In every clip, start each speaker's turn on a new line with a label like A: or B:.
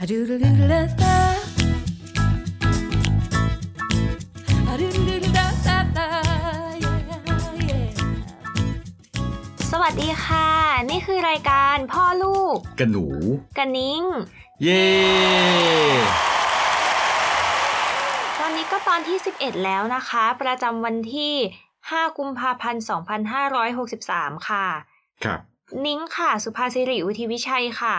A: A doodle-doodle da. A doodle-doodle da da da. Yeah, yeah.
B: สวัสดีค่ะ นี่คือรายการพ่อลูก
C: กันหนู
B: กันนิ้ง
C: เย้
B: ตอนนี้ก็ตอนที่ 11 แล้วนะคะ ประจำวันที่ 5 กุมภาพันธ์ 2563 ค่ะ
C: ครับ
B: นิ้งค่ะ สุภาสิริวุฒิวิชัยค่ะ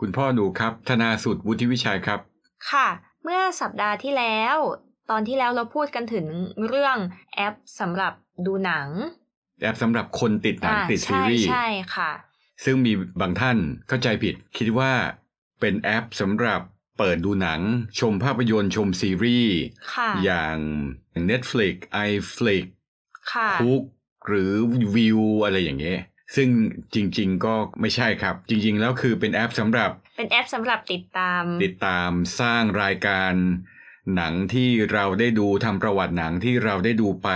C: คุณพ่อหนูครับ ธนาสุดวุฒิวิชัยครับ
B: ค่ะ เมื่อสัปดาห์ที่แล้ว ตอนที่แล้วเราพูดกันถึงเรื่องแอปสำหรับดูหนัง
C: แอปสำหรับคนติดหนัง
B: อ่า
C: ติดซี
B: ใช่
C: รีส์
B: ใช่ค่ะ
C: ซึ่งมีบางท่านเข้าใจผิด คิดว่าเป็นแอปสำหรับเปิดดูหนัง ชมภาพยนตร์ชมซีรีส์
B: ค่ะ
C: อย่าง Netflix, iFlix,
B: ค่ะ
C: คุกหรือวิวอะไรอย่างเงี้ยซึ่งจริง ๆ ก็ไม่ใช่ครับ จริง ๆ แล้วคือเป็นแอปสำหรับ
B: เป็นแอปสำหรับติดตาม
C: ติดตามสร้างรายการหนังที่เราได้ดูทำประวัติหนังที่เราได้ดูไป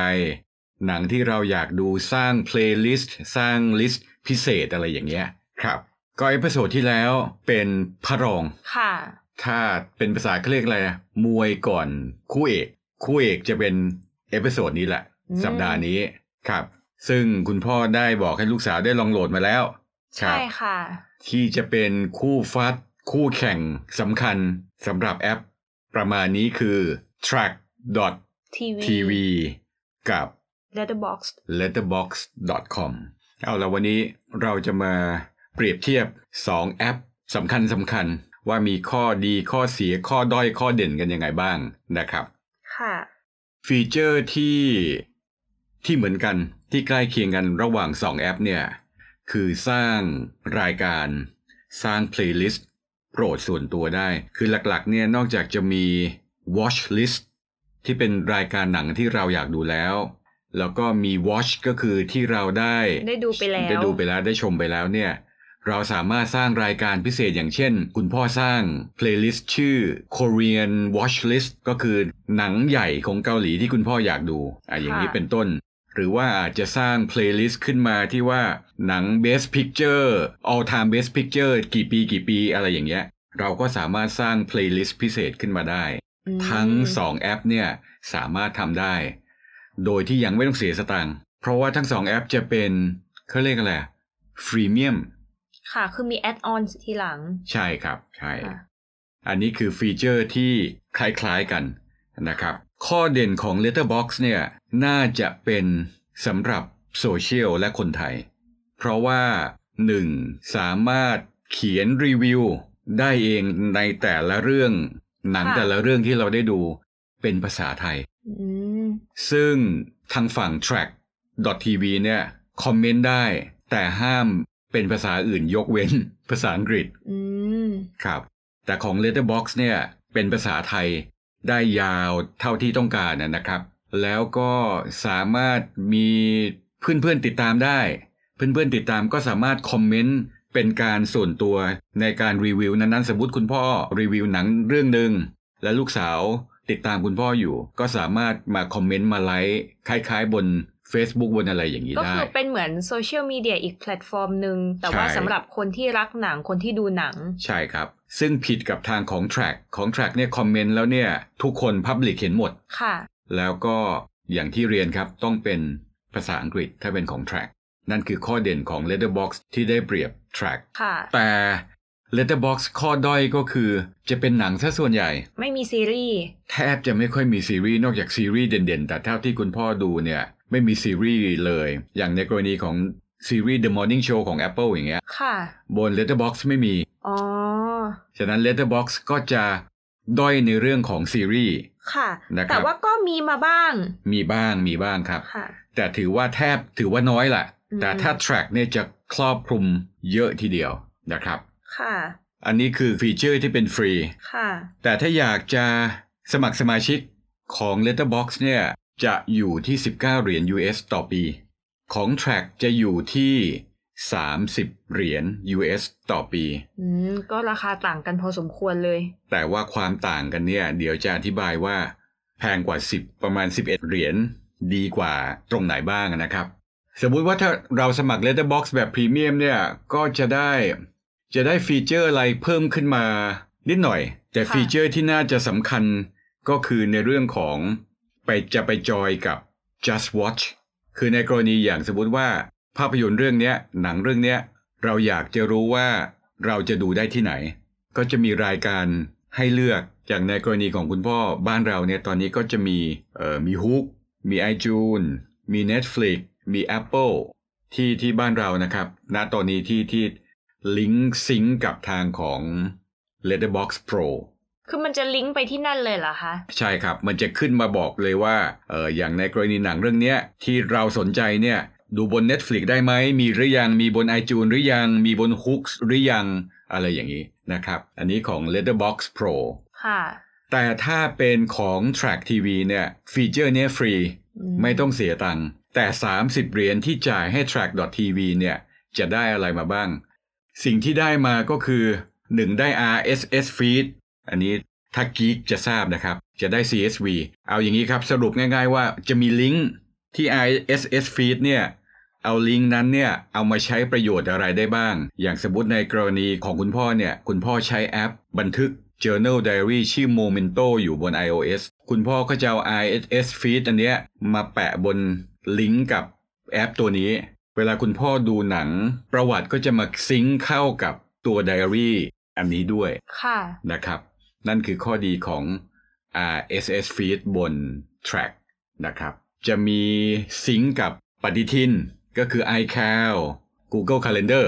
C: หนังที่เราอยากดูสร้างเพลย์ลิสต์สร้างลิสต์พิเศษอะไรอย่างเงี้ยครับ ก็เอพิโซดที่แล้วเป็นพระรอง
B: ค่ะ
C: ถ้าเป็นภาษาเขาเรียกอะไรนะมวยก่อนคู่เอก คู่เอกจะเป็นเอพิโซดนี้แหละ
B: อืม
C: สัปดาห์นี้ครับ ซึ่งคุณพ่อได้บอกให้ลูกสาวได้ลองโหลดมาแล้วครับ
B: ใช่ค่ะ
C: ที่จะเป็นคู่ฟัด คู่แข่งสำคัญสำหรับแอป ประมาณนี้คือ track.tv
B: ทีวี
C: กับ
B: l e t t e r b o x d
C: letterbox.com เอาละวันนี้เราจะมาเปรียบเทียบ 2 แอปสำคัญสำคัญๆว่ามีข้อดีข้อเสียข้อด้อยข้อเด่นกันยังไงบ้างนะครับ
B: ค่ะ
C: ฟีเจอร์ที่ที่เหมือนกันที่ใกล้เคียงกันระหว่าง 2 แอปเนี่ย คือสร้างรายการสร้างเพลย์ลิสต์โปรดส่วนตัวได้ คือหลักๆเนี่ยนอกจากจะมี watch list ที่เป็นรายการหนังที่เราอยากดูแล้ว แล้วก็มี watch ก็คือที่เราได้
B: ได้ดูไปแล้ว
C: ได้ดูไปแล้วได้ชมไปแล้วเนี่ย เราสามารถสร้างรายการพิเศษอย่างเช่น คุณพ่อสร้างเพลย์ลิสต์ชื่อ Korean Watch List ก็คือหนังใหญ่ของเกาหลีที่คุณพ่ออยากดูอ่ะอย่างนี้
B: ค่ะ
C: เป็นต้น หรือว่าอาจจะสร้างเพลย์ลิสต์ขึ้นมาที่ว่าหนัง Best Picture All Time Best Picture กี่ปีกี่ปีอะไรอย่างเงี้ย เราก็สามารถสร้างเพลย์ลิสต์พิเศษขึ้นมาได้
B: อืม
C: ทั้ง 2 แอปเนี่ยสามารถทำได้ โดยที่ยังไม่ต้องเสียสตังค์เพราะว่าทั้ง 2 แอปจะเป็นเขาเรียกอะไรฟรีเมียม
B: ค่ะ คือมีแอดออนทีหลัง
C: ใช่ครับ ใช่
B: ค่ะ
C: อันนี้คือฟีเจอร์ที่คล้ายๆกันนะครับ ข้อเด่นของ Letterbox เนี่ยน่าจะเป็นสำหรับโซเชียลและคนไทย เพราะว่า 1. สามารถเขียนรีวิวได้เองในแต่ละเรื่อง หนัง
B: ค่ะ
C: แต่ละเรื่องที่เราได้ดูเป็นภาษาไทย
B: อืม
C: ซึ่งทางฝั่ง track.tv เนี่ยคอมเมนต์ได้ แต่ห้ามเป็นภาษาอื่นยกเว้น ภาษาอังกฤษ
B: อืม
C: ครับแต่ของ Letterbox เนี่ยเป็นภาษาไทยได้ยาวเท่าที่ต้องการนะนะครับ แล้วก็สามารถมีเพื่อนๆติดตามได้ เพื่อนๆติดตามก็สามารถคอมเมนต์เป็นการส่วนตัวในการรีวิวนั้นๆ สมมติคุณพ่อรีวิวหนังเรื่องหนึ่งและลูกสาวติดตามคุณพ่ออยู่ ก็สามารถมาคอมเมนต์มาไลค์คล้ายๆ บน Facebook บนอะไรอย่างนี้
B: ก็
C: ได้
B: คือเป็นเหมือนโซเชียลมีเดียอีกแพลตฟอร์มหนึ่ง แต่ว่า
C: ใช่
B: สำหรับคนที่รักหนังคนที่ดูหนัง
C: ใช่ครับ ซึ่งผิดกับทางของ Track ของ Track เนี่ยคอมเมนต์แล้วเนี่ยทุกคนพับลิกเห็นหมด
B: ค่ะ
C: แล้วก็อย่างที่เรียนครับต้องเป็นภาษาอังกฤษถ้าเป็นของ Track นั่นคือข้อเด่นของ Letterbox ที่ได้เปรียบ Track
B: ค่ะ
C: แต่ Letterbox ข้อด้อยก็คือจะเป็นหนังซะส่วนใหญ่
B: ไม่มีซีรีส์
C: แทบจะไม่ค่อยมีซีรีส์นอกจากซีรีส์เด่นๆ แต่เท่าที่คุณพ่อดูเนี่ยไม่มีซีรีส์เลย อย่างในกรณีของซีรีส์ The Morning Show ของ Apple อย่างเงี้ย
B: ค่ะ
C: บน Letterbox ไม่มี
B: อ๋อ
C: ฉะนั้น Letterbox ก็จะด้อยในเรื่องของซีรีส์
B: ค่ะ
C: นะครับ
B: แต่ว่าก็มีมาบ้าง
C: มีบ้างมีบ้างครับ
B: ค่ะ
C: แต่ถือว่าแทบถือว่าน้อยแหละ
B: อืม
C: แต่ถ้า Track เนี่ยจะครอบคลุมเยอะทีเดียวนะครับ
B: ค่ะ
C: อันนี้คือฟีเจอร์ที่เป็นฟรี
B: ค่ะ
C: แต่ถ้าอยากจะสมัครสมาชิกของ Letterbox เนี่ยจะอยู่ที่ 19 เหรียญ US ต่อปี ของ Track จะอยู่ที่ 30 เหรียญ US ต่อปี
B: อืม ก็ราคาต่างกันพอสมควรเลย
C: แต่ว่าความต่างกันเนี่ย เดี๋ยวจะอธิบายว่า แพงกว่า 10 ประมาณ 11 เหรียญดีกว่าตรงไหนบ้างนะครับ สมมุติว่าถ้าเราสมัคร Letterbox แบบพรีเมียมเนี่ย ก็จะได้จะได้ฟีเจอร์อะไรเพิ่มขึ้นมา นิดหน่อย แต่
B: ค่ะ
C: ฟีเจอร์ที่น่าจะสำคัญก็คือในเรื่องของไปจะไปจอยกับ just watch คือในกรณีอย่างสมมติว่าภาพยนตร์เรื่องเนี้ย หนังเรื่องเนี้ย เราอยากจะรู้ว่าเราจะดูได้ที่ไหน ก็จะมีรายการให้เลือกอย่างในกรณีของคุณพ่อบ้านเราเนี่ยตอนนี้ก็จะมีเอ่อมีฮุกมี iTunes มี Netflix มี Apple ที่ที่บ้านเรานะครับณตอนนี้ที่ที่ลิงก์ซิงก์กับทางของ l e t t e r b o x Pro
B: คือมันจะลิงก์ไปที่นั่นเลยเหรอคะ
C: ใช่ครับ มันจะขึ้นมาบอกเลยว่าเอออย่างในกรณีหนังเรื่องเนี้ยที่เราสนใจเนี่ยดูบน Netflix ได้ไหม มีหรือยัง มีบน iTunes หรือยัง มีบน Hooks หรือยัง อะไรอย่างนี้นะครับ อันนี้ของ l e t t e r b o x Pro
B: ค่ะ
C: แต่ถ้าเป็นของ Track TV เนี่ยฟีเจอร์เนี้ยฟรี
B: อืม
C: ไม่ต้องเสียตังค์แต่ 30 เหรียญที่จ่ายให้ Track.tv เนี่ยจะได้อะไรมาบ้าง สิ่งที่ได้มาก็คือ 1 ได้ RSS feed อันนี้ถ้ากีกจะทราบนะครับ จะได้ CSV เอาอย่างนี้ครับ สรุปง่ายๆว่าจะมีลิงก์ที่ RSS feed เนี่ย เอาลิงก์นั้นเนี่ย เอามาใช้ประโยชน์อะไรได้บ้าง อย่างสมมติในกรณีของคุณพ่อเนี่ย คุณพ่อใช้แอปบันทึก Journal Diary ชื่อ Momento อยู่บน iOS คุณพ่อก็จะเอา RSS feed อันเนี้ยมาแปะบนลิงก์กับแอปตัวนี้ เวลาคุณพ่อดูหนัง ประวัติก็จะมาซิงค์เข้ากับตัว Diary อันนี้ด้วย
B: ค่ะ
C: นะครับ นั่นคือข้อดีของ RSS feed บน Track นะครับ จะมีซิงก์กับปฏิทินก็คือ iCal Google Calendar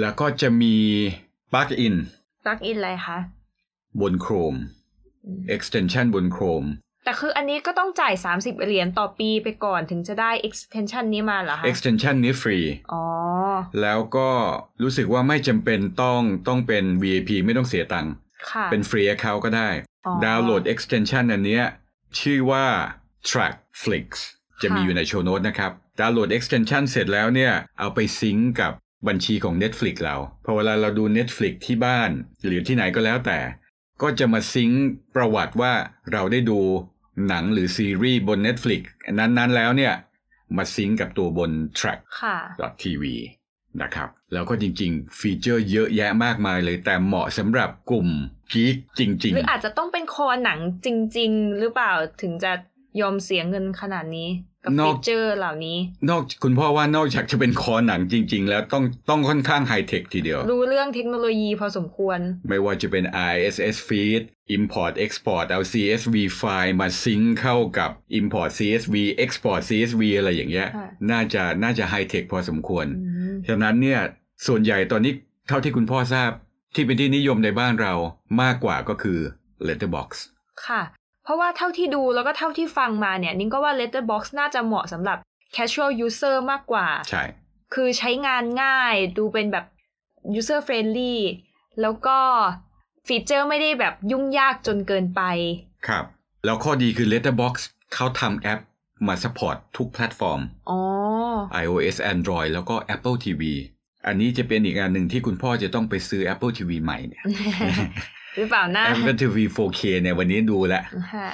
C: แล้วก็จะมี Plug-in
B: รักอินอะไรคะ
C: บน Chrome
B: อืม
C: Extension บน Chrome
B: แต่คืออันนี้ก็ต้องจ่าย 30 เหรียญต่อปีไปก่อนถึงจะได้ extension นี้มาเหรอคะ
C: Extension นี้ฟรี
B: อ๋อ
C: แล้วก็รู้สึกว่าไม่จำเป็นต้องต้องเป็น VIP ไม่ต้องเสียตังค์
B: ค่ะ
C: เป็นฟรี account ก็ได้
B: อ๋อ
C: ดาวน์โหลด extension อันเนี้ยชื่อว่า Trackflix จะมี
B: ค่ะ
C: อยู่ในโชว์โน้ตนะครับ ดาวน์โหลด extension เสร็จแล้วเนี่ย เอาไปซิงก์กับบัญชีของ Netflix เรา พอเวลาเราดู Netflix ที่บ้าน หรือที่ไหนก็แล้วแต่ ก็จะมาซิงก์ประวัติว่าเราได้ดูหนังหรือซีรีส์บน Netflix นั้นๆแล้วเนี่ย มาซิงก์กับตัวบน Track
B: ค่ะ
C: tv นะครับ แล้วก็จริงๆ ฟีเจอร์เยอะแยะมากมายเลย แต่เหมาะสำหรับกลุ่มกีกจริง
B: หรืออาจจะต้องเป็นคอหนังจริง ๆ หรือเปล่าถึงจะยอมเสียเงินขนาดนี้ กับฟีเจอร์เหล่านี้
C: ๆ นอกคุณพ่อว่านอกจากจะเป็นคอหนังจริง ๆ แล้วต้องต้องค่อนข้างไฮเทคทีเดียว
B: รู้เรื่องเทคโนโลยีพอสมควร
C: ไม่ว่าจะเป็น RSS feed import export เอา CSV ไฟล์มาซิงค์เข้ากับ import CSV export CSV อะไรอย่างเงี้ย
B: ค่ะ
C: น่าจะน่าจะไฮเทคพอสมควร
B: อืม
C: ฉะนั้นเนี่ยส่วนใหญ่ตอนนี้เท่าที่คุณพ่อทราบที่เป็นที่นิยมในบ้านเรามากกว่าก็คือ Letterbox
B: ค่ะ เพราะว่าเท่าที่ดูแล้วก็เท่าที่ฟังมาเนี่ย นิ้งก็ว่า Letterbox น่าจะเหมาะสำหรับ casual user มากกว่า
C: ใช่
B: คือใช้งานง่ายดูเป็นแบบ user friendly แล้วก็ฟีเจอร์ไม่ได้แบบยุ่งยากจนเกินไป
C: ครับ แล้วข้อดีคือ Letterbox เขาทำแอปมาสปอร์ตทุกแพลตฟอร์ม
B: อ๋อ
C: iOS Android แล้วก็ Apple TV อันนี้จะเป็นอีกอันหนึ่งที่คุณพ่อจะต้องไปซื้อ Apple TV ใหม่เนี่ย
B: หรือเปล่านะ
C: Apple TV 4K เนี่ยวันนี้ดูละ
B: ค่ะ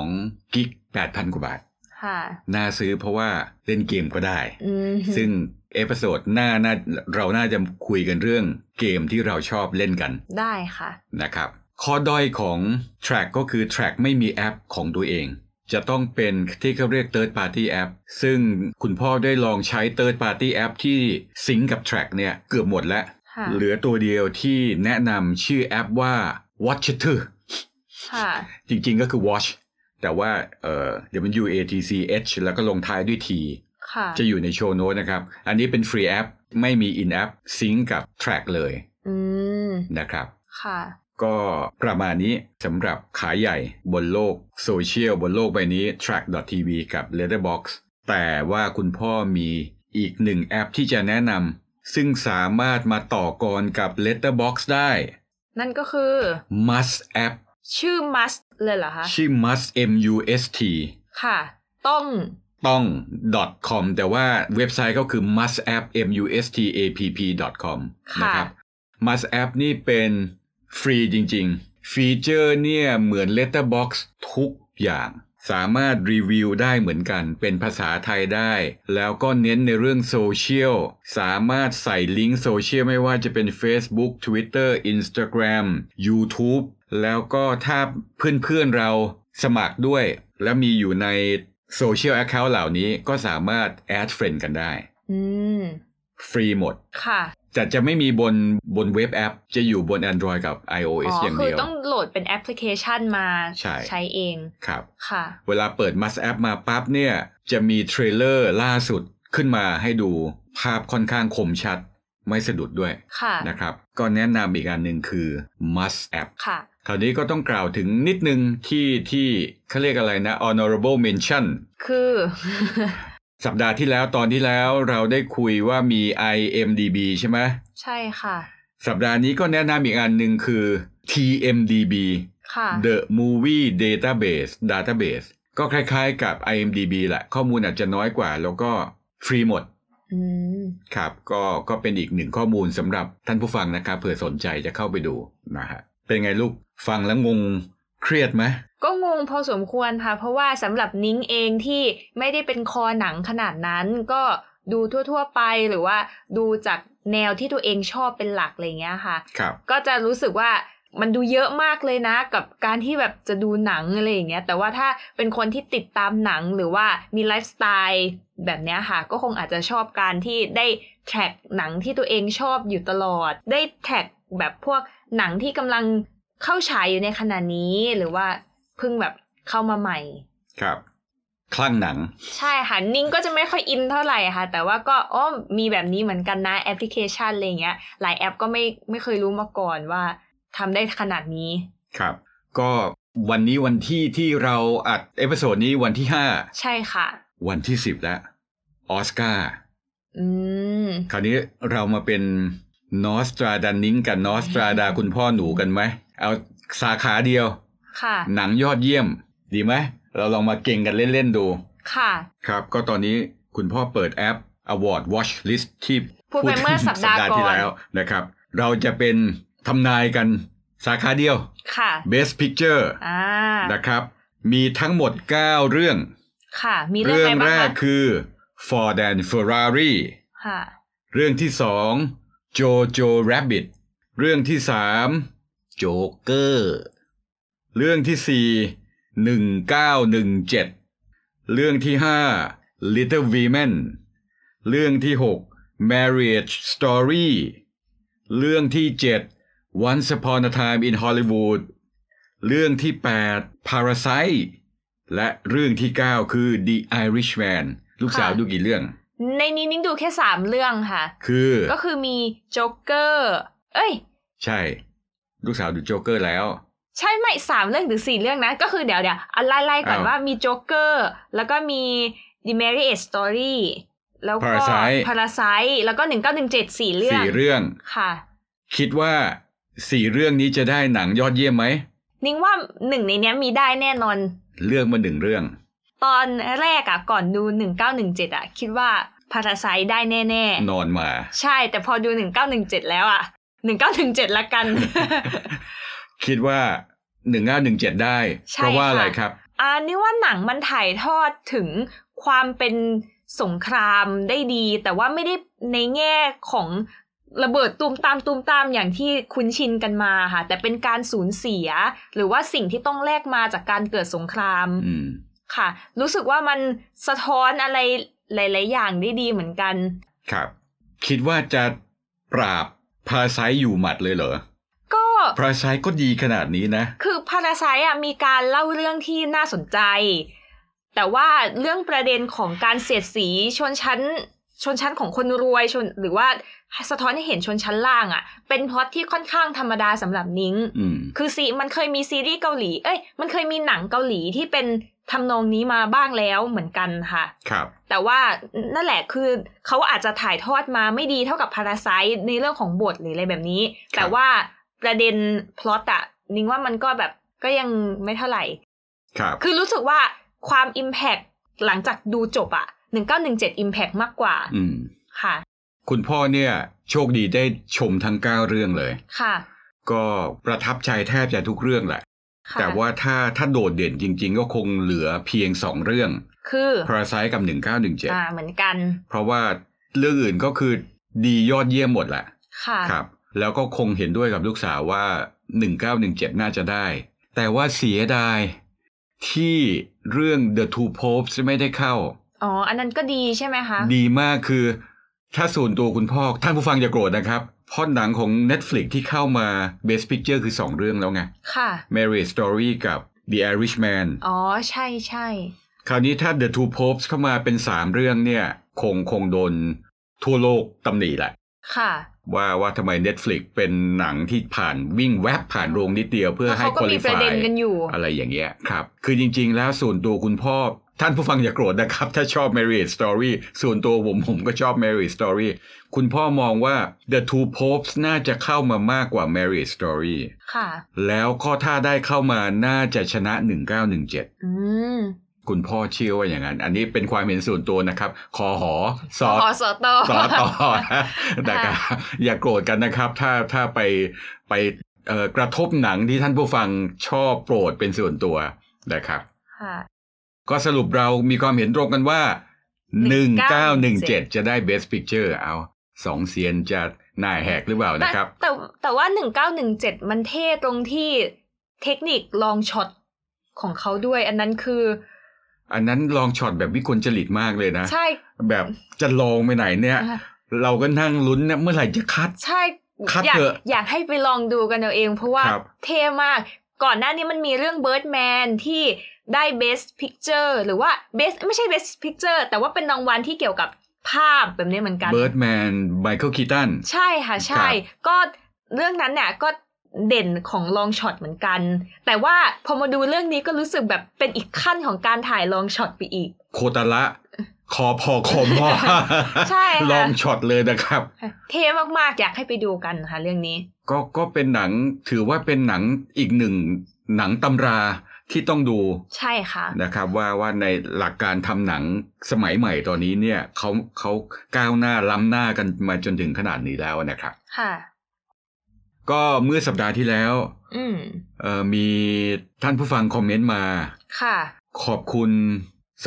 C: 62กิก8,000 กว่าบาท
B: ค่ะ
C: น่าซื้อเพราะว่าเล่นเกมก็ได้
B: อืม
C: ซึ่งเอพิโซดหน้าน่าเราน่าจะคุยกันเรื่องเกมที่เราชอบเล่นกัน
B: ได้ค่ะ
C: นะครับ ข้อด้อยของ Track ก็คือ Track ไม่มีแอปของตัวเอง จะต้องเป็นที่เขาเรียก Third Party App ซึ่งคุณพ่อได้ลองใช้ Third Party App ที่ซิงกับ Track เนี่ยเกือบหมดแล้ว
B: ค่ะ
C: เหลือตัวเดียวที่แนะนำชื่อแอปว่า Watch เ o อ
B: ค่ะ
C: จริงๆก็คือ Watch แต่ว่าเอ่อ W A T C H แล้วก็ลงท้ายด้วย T
B: ค่ะ
C: จะอยู่ในโชว์โน้ตนะครับ อันนี้เป็นฟรีแอป ไม่มีอินแอปซิงกับ Track เลย
B: อืม
C: นะครับ
B: ค่ะ
C: ก็ประมาณนี้สำหรับขายใหญ่บนโลกโซเชียลบนโลกใบนี้ Track.tv กับ Letterbox แต่ว่าคุณพ่อมีอีกหนึ่งแอปที่จะแนะนำซึ่งสามารถมาต่อกรกับ Letterbox ได้
B: นั่นก็คือ
C: Must App
B: ชื่อ must เลยเหรอคะ
C: ชื่อ Must M U S T
B: ค่ะ ต้อง
C: ต้อง .com แต่ว่าเว็บไซต์ก็คือ mustapp mustapp com
B: ค่ะ
C: นะครับ mustapp นี่เป็นฟรีจริง ๆ ฟีเจอร์เนี่ยเหมือน Letterbox ทุกอย่าง สามารถรีวิวได้เหมือนกัน เป็นภาษาไทยได้ แล้วก็เน้นในเรื่องโซเชียล สามารถใส่ลิงก์โซเชียลไม่ว่าจะเป็น Facebook Twitter Instagram YouTube แล้วก็ถ้าเพื่อนๆเราสมัครด้วย และมีอยู่ในโซเชียลแอคเคาท์เหล่านี้ก็สามารถแอดเฟรนกันได้
B: อืม
C: ฟรีหมด
B: ค่ะ
C: แต่จะไม่มีบนบนเว็บแอป จะอยู่บน Android กับ
B: อ๋
C: iOS
B: อ
C: อย่าง
B: คือ
C: เดียว
B: ต้องโหลดเป็นแอปพลิเคชันมา
C: ใช่
B: เอง
C: ครับ
B: ค่ะ
C: เวลาเปิด Must App มาปั๊บเนี่ย จะมีเทรลเลอร์ล่าสุดขึ้นมาให้ดูภาพค่อนข้างคมชัด ไม่สะดุดด้วย
B: ค่ะ
C: นะครับ ก็แนะนำอีกอันหนึ่งคือ Must App
B: ค่ะ
C: คราวนี้ก็ต้องกล่าวถึงนิดนึงที่ที่เขาเรียกอะไรนะ honorable mention
B: คือ
C: สัปดาห์ที่แล้วตอนที่แล้วเราได้คุยว่ามี IMDB ใช่ไหม
B: ใช่ค่ะ
C: สัปดาห์นี้ก็แนะนำอีกอันหนึ่งคือ TMDB
B: ค่ะ
C: The Movie Database Database ก็คล้ายๆกับ IMDB แหละ ข้อมูลอาจจะน้อยกว่า แล้วก็ฟรีหมด
B: อืม
C: ครับก็ก็เป็นอีกหนึ่งข้อมูลสำหรับท่านผู้ฟังนะครับเผื่อสนใจจะเข้าไปดูนะฮะเป็นไงลูกฟังแล้วงงเครียดไหม
B: ก็งงพอสมควรค่ะ เพราะว่าสำหรับนิ้งเองที่ไม่ได้เป็นคอหนังขนาดนั้น ก็ดูทั่ว ๆ ไปหรือว่าดูจากแนวที่ตัวเองชอบเป็นหลักอะไรเงี้ยค่ะ
C: ครับ
B: ก็จะรู้สึกว่ามันดูเยอะมากเลยนะ กับการที่แบบจะดูหนังอะไรอย่างเงี้ยแต่ว่าถ้าเป็นคนที่ติดตามหนังหรือว่ามีไลฟ์สไตล์แบบเนี้ยค่ะ ก็คงอาจจะชอบการที่ได้แทร็กหนังที่ตัวเองชอบอยู่ตลอด ได้แทร็กแบบพวกหนังที่กำลังเข้าฉายอยู่ในขณะนี้หรือว่าเพิ่งแบบเข้ามาใหม่
C: ครับ คลั่งหนัง
B: ใช่ค่ะ นิ้งก็จะไม่ค่อยอินเท่าไหร่ค่ะ แต่ว่าก็อ้อมมีแบบนี้เหมือนกันนะแอปพลิเคชันอะไรอย่างเงี้ย หลายแอปก็ไม่ไม่เคยรู้มาก่อนว่าทำได้ขนาดนี้
C: ครับ ก็วันนี้วันที่ที่เราอัดเอพิโซดนี้วันที่
B: ใช่ค่ะ
C: 5 วันที่ 10 แล้วออสการ์
B: อืม
C: คราวนี้เรามาเป็นนอสตราดานิงกับนอสตราดาคุณพ่อหนูกันไหม เอาสาขาเดียว
B: ค่ะ
C: หนังยอดเยี่ยม ดีไหม เราลองมาเก่งกันเล่น ๆ ดู
B: ค่ะ
C: ครับ ก็ตอนนี้คุณพ่อเปิดแอป Award Watch List ที่
B: พูดไปเมื่อสัปดาห์ก่อน
C: ที่แล้วนะครับ เราจะเป็นทำนายกันสาขาเดียว
B: ค่ะ
C: Best Picture
B: อ่า
C: นะครับ มีทั้งหมด 9 เรื่อง
B: ค่ะ มีเรื่อง
C: เรื่
B: อะ
C: อ
B: ไรง บ้า
C: แรง ก
B: คะ
C: คือ Ford and Ferrari
B: ค่ะ
C: เรื่องที่ 2 Jojo Rabbit เรื่องที่ 3 Joker เรื่องที่ 4 1917 เรื่องที่ 5 Little Women เรื่องที่ 6 Marriage Story เรื่องที่ 7 Once Upon a Time in Hollywood เรื่องที่ 8 Parasite และเรื่องที่ 9 คือ The Irishman ลูกสาว
B: ค่ะ
C: ดูกี่เรื่อง
B: ในนี้นิ้งดูแค่สามเรื่องค่ะ
C: คือ
B: ก็คือมีโจ๊กเกอร์ เอ้ย
C: ใช่ ลูกสาวดูโจ๊กเกอร์แล้ว
B: ใช่ไหมสามเรื่องหรือสี่เรื่องนะ ก็คือเดี๋ยวเดี๋ยวอันไล่ๆก่อน
C: อ้าว
B: ว่ามีโจ๊กเกอร์ แล้วก็มี The Marriage Story แล้วก็
C: Parasite
B: Parasite แล้วก็หนึ่งเก้าหนึ่งเจ็ดสี่เรื่อง
C: สี่เรื่อง
B: ค่ะ
C: คิดว่าสี่เรื่องนี้จะได้หนังยอดเยี่ยมไหม
B: นิ้งว่าหนึ่งในเนี้ยมีได้แน่นอน
C: เลือกมาหนึ่งเรื่อง
B: ตอนแรกอะก่อนดูหนึ่งเก้าหนึ่งเจ็ดอะคิดว่า Parasite ได้แน่
C: นอนมา
B: ๆ ใช่ แต่พอดูหนึ่งเก้าหนึ่งเจ็ดแล้วอะหนึ่งเก้าหนึ่งเจ็ดละกัน
C: คิดว่าหนึ่งห้าหนึ่งเจ็ดได้
B: ใช่
C: เพราะว่า
B: ค่ะ
C: อะไรครับ
B: อันนี้ว่าหนังมันถ่ายทอดถึงความเป็นสงครามได้ดี แต่ว่าไม่ได้ในแง่ของระเบิดตูมตามตูมตามอย่างที่คุ้นชินกันมาค่ะ แต่เป็นการสูญเสีย หรือว่าสิ่งที่ต้องแลกมาจากการเกิดสงคราม
C: อืม
B: ค่ะ รู้สึกว่ามันสะท้อนอะไรหลาย ๆ อย่างได้ดีเหมือนกัน
C: ครับ คิดว่าจะปราบพาไซอยู่หมัดเลยเหรอ
B: ก็
C: พาไซก็ดีขนาดนี้นะ
B: คือพาราไซอ่ะมีการเล่าเรื่องที่น่าสนใจ แต่ว่าเรื่องประเด็นของการเสียดสีชนชั้น ชนชั้นของคนรวยชนหรือว่าสะท้อนให้เห็นชนชั้นล่างอ่ะ เป็นพล็อตที่ค่อนข้างธรรมดาสำหรับนิ้ง
C: อืม
B: คือซีมันเคยมีซีรีส์เกาหลี เอ้ย มันเคยมีหนังเกาหลีที่เป็นทำนองนี้มาบ้างแล้วเหมือนกันค่ะ
C: ครับ
B: แต่ว่านั่นแหละคือเขาอาจจะถ่ายทอดมาไม่ดีเท่ากับพาราไซในเรื่องของบทหรืออะไรแบบนี้
C: ครับ
B: แต่ว่าประเด็นพล็อตอะนิงว่ามันก็แบบก็ยังไม่เท่าไหร่
C: ครับ
B: คือรู้สึกว่าความ Impact หลังจากดูจบอะ1917 Impact มากกว่า
C: อืม
B: ค่ะ
C: คุณพ่อเนี่ย โชคดีได้ชมทั้งเก้าเรื่องเลย
B: ค่ะ
C: ก็ประทับใจแทบจะทุกเรื่องแหละ
B: ค่ะ
C: แต่ว่าถ้าถ้าโดดเด่นจริง ๆ ก็คงเหลือเพียงสองเรื่อง
B: คืออ
C: Parasite กั
B: อ่า
C: บ
B: เหมือนกัน
C: 1917 เพราะว่าเรื่องอื่นก็คือดียอดเยี่ยมหมดแหละ
B: ค่ะ
C: ครับ แล้วก็คงเห็นด้วยกับลูกสาวว่า 1917 น่าจะได้ แต่ว่าเสียดายที่เรื่อง The Two Popes ไม่ได้เข้า
B: อ๋อ อันนั้นก็ดีใช่ไหมคะ
C: ดีมากคือ ถ้าส่วนตัวคุณพ่อ ท่านผู้ฟังอย่าโกรธนะครับเพราะหนังของ Netflix ที่เข้ามา Best Picture คือ 2 เรื่องแล้วไง
B: ค่ะ
C: Marriage Story กับ The Irishman
B: อ๋อ ใช่ใช่
C: คราวนี้ถ้า The Two Popes เข้ามาเป็น 3 เรื่องเนี่ย คงคงโดนทั่วโลกตำหนิแหละ
B: ค่ะ
C: ว่าว่าทำไม Netflix เป็นหนังที่ผ่านวิ่งแวบผ่านโรงนิดเดียวเพื่อให้
B: เขาก็
C: คุ
B: มี
C: ริ
B: ประ
C: ฟา
B: เด็
C: ย
B: นกันอยู่
C: อะไรอย่างเงี้ยครับ คือจริง ๆ แล้วส่วนตัวคุณพ่อ ท่านผู้ฟังอย่าโกรธนะครับ ถ้าชอบ Marriage Story ส่วนตัวผมผมก็ชอบ Marriage Story คุณพ่อมองว่า The Two Popes น่าจะเข้ามามากกว่า Marriage Story
B: ค่ะ
C: แล้วก็ถ้าได้เข้ามาน่าจะชนะ 1917
B: อืม
C: คุณพ่อเชื่อว่าอย่างนั้น อันนี้เป็นความเห็นส่วนตัวนะครับ คอหอสอ
B: ขอสตอ
C: สอต่อ นะนะครับอย่าโกรธกันนะครับ ถ้าถ้าไปไปเอ่อกระทบหนังที่ท่านผู้ฟังชอบโปรดเป็นส่วนตัวนะครับ
B: ค่ะ
C: ก็สรุปเรามีความเห็นตรงกันว่า 1917
B: 1917
C: จะได้ Best Picture เอาสองเซียนจะหน้าแหกหรือเปล่านะครับ
B: แต่แต่แต่ว่า 1917 มันเท่ตรงที่เทคนิคลองช็อตของเขาด้วย อันนั้นคือ
C: อันนั้นลองช็อตแบบวิกลจริตมากเลยนะ
B: ใช่
C: แบบจะลองไปไหนเนี่ย
B: อ่ะ
C: เราก็นั่งลุ้นนะเมื่อไหร่จะคัด
B: ใช่
C: ครับ
B: อยาก
C: เถอะ
B: อยากให้ไปลองดูกันเอาเอง เพราะว่า
C: ครับ
B: เท่มาก ก่อนหน้านี้มันมีเรื่อง Birdman ที่ได้ Best Picture หรือว่า Best ไม่ใช่ Best Picture แต่ว่าเป็นรางวัลที่เกี่ยวกับภาพแบบนี้เหมือนกัน
C: เบิร์ดแมนไมเคิลคีตัน
B: ใช่ค่ะใช่ ก็เรื่องนั้นเนี่ยก็เด่นของลองช็อตเหมือนกัน แต่ว่าพอมาดูเรื่องนี้ก็รู้สึกแบบเป็นอีกขั้นของการถ่ายลองช็อตไปอีก
C: โคตา ระคอพอคอมอ
B: ใช่ ค่ะ
C: ลองช็อตเลยนะครับ
B: เท่มากๆ อยากให้ไปดูกันค่ะเรื่องนี้
C: ก็ก็เป็นหนังถือว่าเป็นหนังอีกหนึ่งหนังตำราที่ต้องดู
B: ใช่ค่ะ
C: นะครับ ว่าว่าในหลักการทำหนังสมัยใหม่ตอนนี้เนี่ยเขาเขาก้าวหน้าล้ำหน้ากันมาจนถึงขนาดนี้แล้วนะครับ
B: ค่ะ
C: ก็เมื่อสัปดาห์ที่แล้ว
B: อืม
C: เอ่อมีท่านผู้ฟังคอมเมนต์มา
B: ค่ะ
C: ขอบคุณ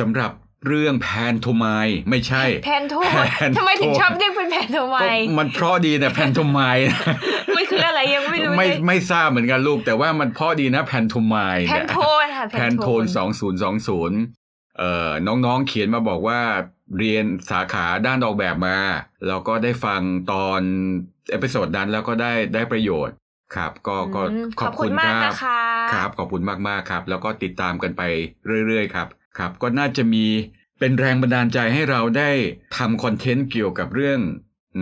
C: สำหรับเรื่องแพนโทไมายไม่ใช่
B: แพนโท
C: แพนโท
B: ทำไมถึงชอบเรียกเป็นแพนโทไม
C: ก็มันเพราะดีนะแพนโทไมายนะ
B: มันคืออะไรยังไม่รู้เล
C: ไม่
B: ย
C: ไม่ทราบเหมือนกันลูก แต่ว่ามันเพราะดีนะแพนโทไมาย
B: แพน
C: เนี่ย
B: โทนค่ะ
C: แพนโทนสองศูนย์สองศูนย์เอ่อน้องๆเขียนมาบอกว่าเรียนสาขาด้านออกแบบมาแล้วก็ได้ฟังตอนเอพิโซดนั้นแล้วก็ได้ได้ประโยชน์ครับ ก็ก็
B: อืม
C: ข
B: ข
C: อ
B: อ
C: บบ คุ
B: คุณ ณ
C: ค
B: มาก
C: รับ
B: นะคะ
C: ครับขอบคุณมาก ๆ ครับ แล้วก็ติดตามกันไปเรื่อย ๆ ครับครับ ก็น่าจะมีเป็นแรงบันดาลใจให้เราได้ทำคอนเทนต์เกี่ยวกับเรื่อง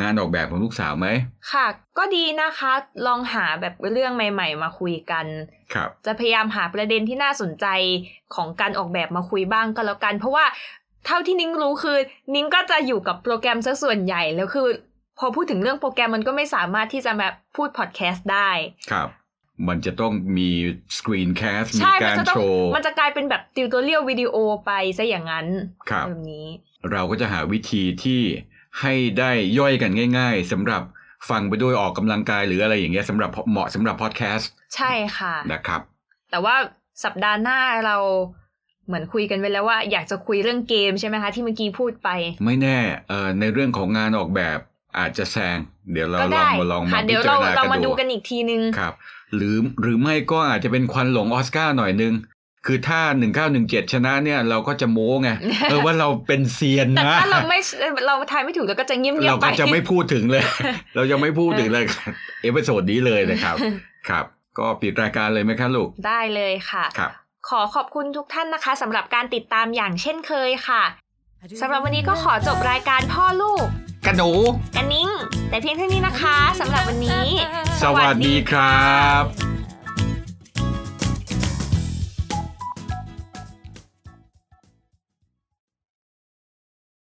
C: งานออกแบบของลูกสาวไหม
B: ค่ะ ก็ดีนะคะ ลองหาแบบเรื่องใหม่ ๆ มาคุยกัน
C: ครับ
B: จะพยายามหาประเด็นที่น่าสนใจของการออกแบบมาคุยบ้างก็แล้วกัน เพราะว่าเท่าที่นิ้งรู้คือ นิ้งก็จะอยู่กับโปรแกรมซะส่วนใหญ่แล้วคือ พอพูดถึงเรื่องโปรแกรมมันก็ไม่สามารถที่จะแบบพูดพอดแคสต์ได้
C: ครับ มันจะต้องมีสกรีนแคสมี
B: ใช่ มั
C: การ
B: จะต้อ
C: โช
B: ง
C: ว์
B: มันจะกลายเป็นแบบติวตัวเรียววิดีโอไปซะอย่างนั้น
C: ครับ
B: แบบนี้
C: เราก็จะหาวิธีที่ให้ได้ย่อยกันง่าย ๆสำหรับฟังไปด้วยออกกำลังกายหรืออะไรอย่างเงี้ยสำหรับเหมาะสำหรับพอดแคสต์
B: ใช่ค่ะ
C: นะครับ
B: แต่ว่าสัปดาห์หน้าเราเหมือนคุยกันไว้แล้วว่า อยากจะคุยเรื่องเกมใช่ไหมคะที่เมื่อกี้พูดไป
C: ไม่แน่เอ่อในเรื่องของงานออกแบบอาจจะแซง เดี๋ยวเรา
B: ก็
C: ลอ
B: ได้
C: งมาลองมา
B: ค่ะ
C: พิ
B: เดี๋ยว
C: จาร
B: เรา
C: ณา
B: เรา
C: กั
B: มาน ดู
C: ดู
B: กันอีกทีนึง
C: ครับ หรือหรือไม่ก็อาจจะเป็นควันหลงออสการ์หน่อยนึง คือถ้า 1917 ชนะเนี่ยเราก็จะโม้ ไง เออว่าเราเป็นเซียน
B: แต่
C: นะ
B: ถ้าเราไม่เราทายไม่ถูกเราก็จะเงียบๆ
C: เรา
B: ไป
C: ก็จะไม่พูดถึงเลย เราจะไม่พูดถึงเลย เอพิโซดนี้เลยนะครับ ครับ ก็ปิดรายการเลยไหมครับลูก
B: ได้เลยค่ะ
C: ครับ
B: ขอขอบคุณทุกท่านนะคะสำหรับการติดตามอย่างเช่นเคยค่ะสำหรับวันนี้ก็ขอจบรายการพ่อลูก
C: กระหนู
B: กันนิ้ง แต่เพียงเท่านี้นะคะสำหรับวันนี้
C: สวัสดีครับ